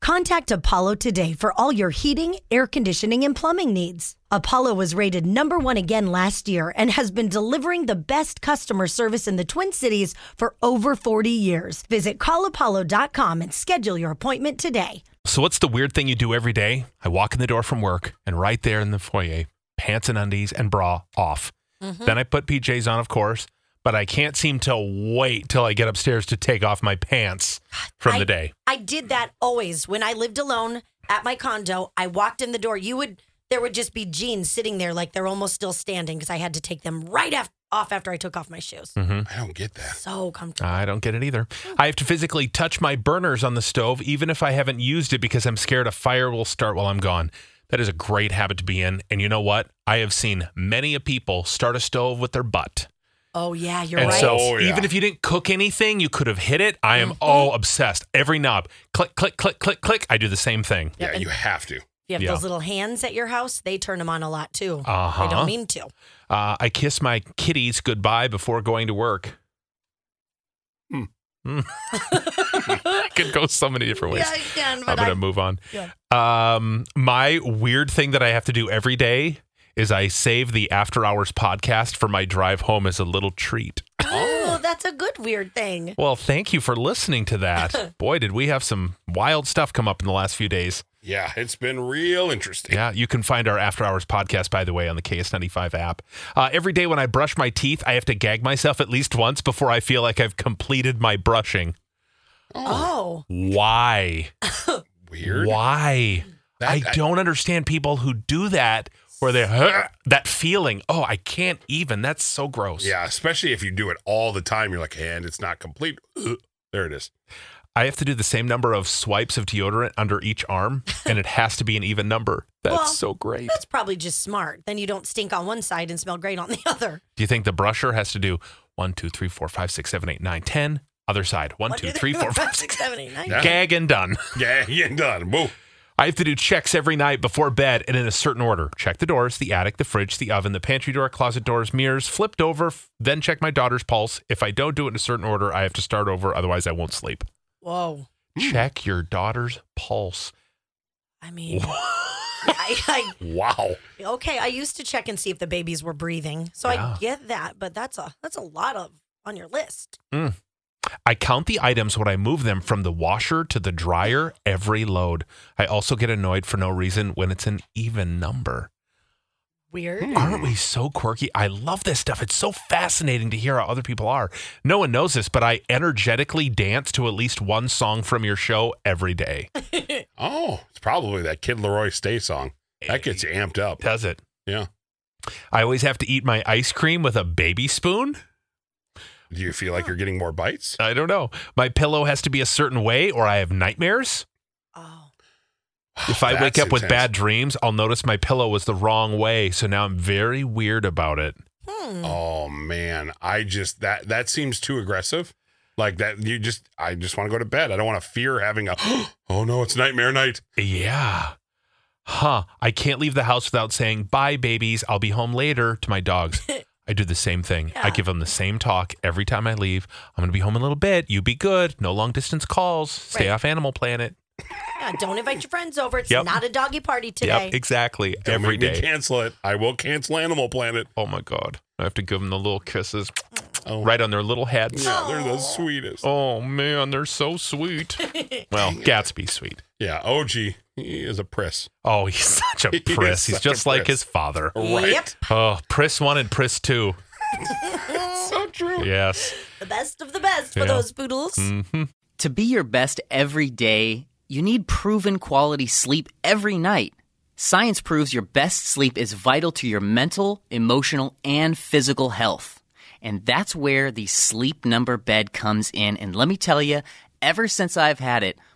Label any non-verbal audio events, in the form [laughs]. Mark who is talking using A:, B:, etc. A: Contact Apollo today for all your heating, air conditioning, and plumbing needs. Apollo was rated number one again last year and has been delivering the best customer service in the Twin Cities for over 40 years. Visit callapollo.com and schedule your appointment today.
B: So, what's the weird thing you do every day? I walk in the door from work, and right there in the foyer, pants and undies and bra off. Then I put PJs on, of course, but I can't seem to wait till I get upstairs to take off my pants from
A: I-
B: the day.
A: I did that always when I lived alone at my condo. I walked in the door. You would there would just be jeans sitting there like they're almost still standing because I had to take them right af- off after I took off my shoes.
B: Mm-hmm.
C: I don't get that.
A: So comfortable.
B: I don't get it either. I have to physically touch my burners on the stove, even if I haven't used it, because I'm scared a fire will start while I'm gone. That is a great habit to be in. And you know what? I have seen many a people start a stove with their butt.
A: Oh yeah, you're
B: and
A: right. Mm-hmm.
B: so
C: Oh, yeah.
B: even if you didn't cook anything, you could have hit it. I am all obsessed. Every knob, click, click, click, click, click. I do the same thing.
C: Yeah, you have to.
A: you have
B: yeah.
A: those little hands at your house. They turn them on a lot too.
B: Uh-huh.
A: They don't mean to.
B: Uh, I kiss my kitties goodbye before going to work.
C: Hmm.
B: Hmm. [laughs] [laughs] Could go so many different ways.
A: Yeah, I can,
B: I'm
A: but
B: going
A: I,
B: to move on.
A: Yeah.
B: Um, my weird thing that I have to do every day is I save the after hours podcast for my drive home as a little treat.
A: oh, that's a good weird thing.
B: Well, thank you for listening
A: [laughs]
B: to that. Boy, did we have some wild stuff come up in the last few days.
C: Yeah, it's been real interesting.
B: Yeah, you can find our After Hours podcast, by the way, on the KS95 app. Uh, every day when I brush my teeth, I have to gag myself at least once before I feel like I've completed my brushing.
A: Oh,
B: Why?
C: Weird.
B: Why?
C: That-
B: I
C: I-
B: don't understand people who do that where they "Huh," that feeling. Oh, I can't even. That's so gross.
C: Yeah, especially if you do it all the time, you're like, and it's not complete. Ugh. There it is.
B: I have to do the same number of swipes of deodorant under each arm, and it has to be an even number. That's
A: Well,
B: so great.
A: that's probably just smart. Then you don't stink on one side and smell great on the other.
B: Do you think the brusher has to do one, two, three, four, five, six, seven, eight, nine, ten? Other side. One, two, three, four, five, six.
A: seven, eight, nine.
C: Yeah.
B: Gag and done.
C: Yeah, [laughs] you done. Whoa.
B: I have to do checks every night before bed and in a certain order. Check the doors, the attic, the fridge, the oven, the pantry door, closet doors, mirrors, flipped over, f- then check my daughter's pulse. If I don't do it in a certain order, I have to start over, otherwise I won't sleep.
A: Whoa.
B: Check your daughter's pulse.
A: I mean, I, I
C: Wow.
A: Okay, I used to check and see if the babies were breathing, so
B: Yeah.
A: I get that, but that's a that's a lot of on your list.
B: I count the items when I move them from the washer to the dryer every load. I also get annoyed for no reason when it's an even number.
A: Weird.
C: Hmm.
B: Aren't we so quirky? I love this stuff. It's so fascinating to hear how other people are. No one knows this, but I energetically dance to at least one song from your show every day.
C: Oh, it's probably that Kid Leroy Stay song. That gets you amped up.
B: Does it?
C: Yeah.
B: I always have to eat my ice cream with a baby spoon?
C: Do you feel like you're getting more bites?
B: I don't know. My pillow has to be a certain way or I have
C: [sighs]
B: nightmares.
A: [laughs] Oh,
B: If I wake
C: That's
B: up with
C: intense.
B: bad dreams, I'll notice my pillow was the wrong way, so now I'm very weird about it.
A: hmm.
C: Oh man, I just that that seems too aggressive. Like that you just I just want to go to bed. I don't want to fear having a [gasps] oh no, it's nightmare night.
B: Yeah. Huh. I can't leave the house without saying, bye, babies. I'll be home later to
A: [laughs]
B: my dogs. I do the same thing. I
A: Yeah.
B: give them the same talk every time I leave. I'm going to be home in a little bit. You be good. No long distance calls. Stay
A: Right.
B: off Animal Planet.
A: Yeah, don't invite your friends over. It's
B: Yep.
A: not a doggy party today.
B: Yep, exactly.
C: Don't
B: every
C: make me
B: day.
C: cancel it. I will cancel Animal Planet.
B: Oh my God. I have to give them the little kisses
C: Oh.
B: right on their little heads.
C: Yeah, they're the sweetest.
B: Oh man, they're
A: [laughs]
B: so sweet. well, Gatsby's sweet.
C: Yeah, OG he is a priss.
B: Oh, he's such a
C: [laughs] He is
B: priss. he's
C: such a
B: just like
C: priss.
B: his father.
C: Right.
A: Yep,
B: Oh, priss one and priss two.
C: [laughs] So true.
B: Yes.
A: the best of the best for
B: Yeah.
A: those poodles.
D: To be your best every day, you need proven quality sleep every night. Science proves your best sleep is vital to your mental, emotional, and physical health. And that's where the sleep number bed comes in. And let me tell you, ever since I've had it,